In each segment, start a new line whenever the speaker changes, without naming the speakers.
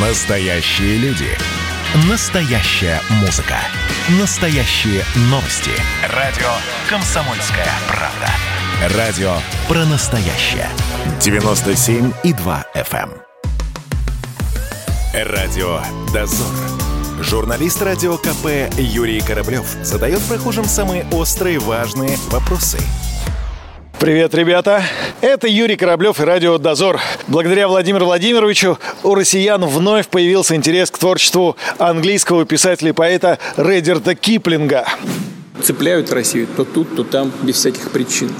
Настоящие люди. Настоящая музыка. Настоящие новости. Радио Комсомольская правда. Радио про настоящее. 97,2 FM. эм. Радио «Дозор». Журналист радио КП Юрий Кораблев задает прохожим самые острые важные вопросы.
Привет, ребята! Это Юрий Кораблев и Радио Дозор. Благодаря Владимиру Владимировичу у россиян вновь появился интерес к творчеству английского писателя и поэта Редерта Киплинга.
цепляют Россию то тут, то там, без всяких причин.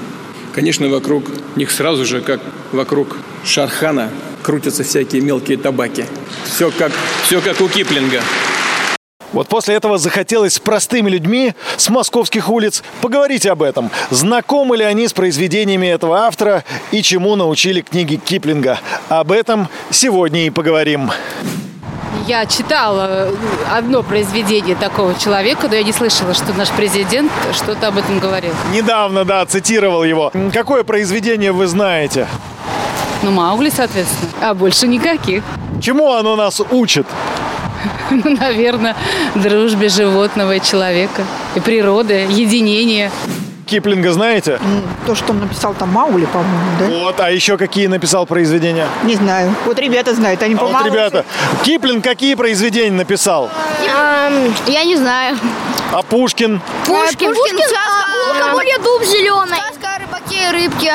Конечно, вокруг них сразу же, как вокруг Шархана, крутятся всякие мелкие табаки. Все как, все как у Киплинга.
Вот после этого захотелось с простыми людьми с московских улиц поговорить об этом. Знакомы ли они с произведениями этого автора и чему научили книги Киплинга? Об этом сегодня и поговорим.
Я читала э, одно произведение такого человека, но я не слышала, что наш президент что-то об этом говорил.
Недавно, да, цитировал его. М, Какое произведение вы знаете?
Ну, Маугли, соответственно. А больше никаких.
Чему оно нас учит?
Ну, наверное, дружбе животного и человека. И природы, единение.
Киплинга знаете?
То, что он написал там Маули, по-моему, да?
Вот, а еще какие написал произведения?
Не знаю. Вот ребята знают, они
А вот,
помоложе.
ребята, Киплинг какие произведения написал?
Эм, Я не знаю.
А Пушкин?
Пушкин, Пушкин, сказка, у кого дуб зеленый. Сказка о рыбаке и рыбке.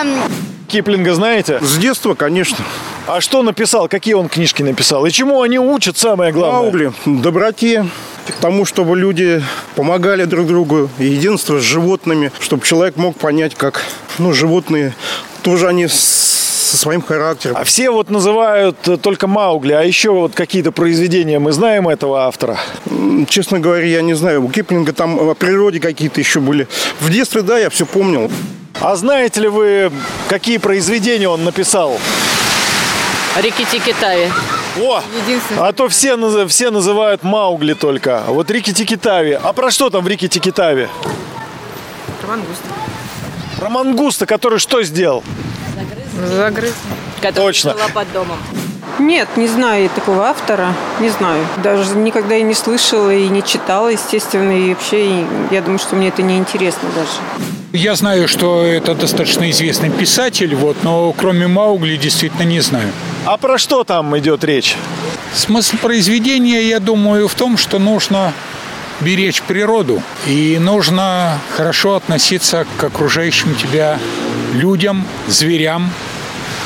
Киплинга знаете?
С детства, конечно.
А что написал? Какие он книжки написал? И чему они учат, самое главное?
Маугли, доброте, к тому, чтобы люди помогали друг другу, и единство с животными, чтобы человек мог понять, как ну, животные тоже они с- со своим характером.
А все вот называют э, только Маугли, а еще вот какие-то произведения мы знаем этого автора.
М, Честно говоря, я не знаю, у Киплинга там о природе какие-то еще были. В детстве, да, я все помнил.
А знаете ли вы, какие произведения он написал?
Рикки-тики-тави.
О! А то все, наз- все называют Маугли только. А Вот Рики Тики Тави. А про что там в Рики Тики Тави? Про мангуста. Про мангуста, который что сделал?
которая
Точно.
жила под домом.
Нет, не знаю я такого автора, не знаю. Даже никогда и не слышала, и не читала, естественно, и вообще, и я думаю, что мне это не интересно даже.
Я знаю, что это достаточно известный писатель, вот, но кроме Маугли действительно не знаю.
А про что там идет речь?
Смысл произведения, я думаю, в том, что нужно беречь природу и нужно хорошо относиться к окружающим тебя людям, зверям.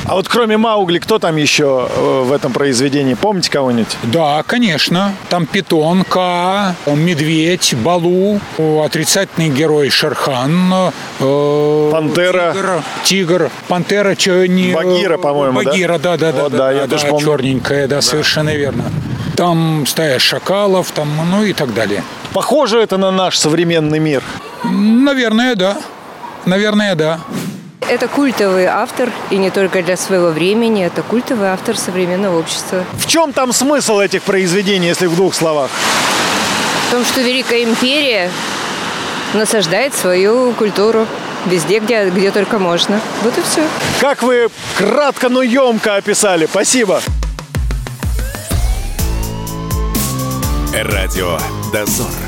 А вот кроме Маугли, кто там еще э, в этом произведении? Помните кого-нибудь?
Да, конечно, там питон, Каа, медведь, балу, о, отрицательный герой Шерхан, э,
Пантера.
тигр, тигр, пантера, чё не... э,
Багира, по-моему, да?
Багира, да, да, да,
Вот, да, я тоже помню.
черненькая, да, совершенно верно. Там стая шакалов, там, ну и так далее.
Похоже это на наш современный мир.
Наверное, да. Наверное, да.
Это культовый автор, и не только для своего времени, это культовый автор современного общества.
В чем там смысл этих произведений, если в двух словах?
В том, что Великая империя насаждает свою культуру везде, где, где только можно. Вот и все.
Как вы кратко, но емко описали. Спасибо.
Радио «Дозор».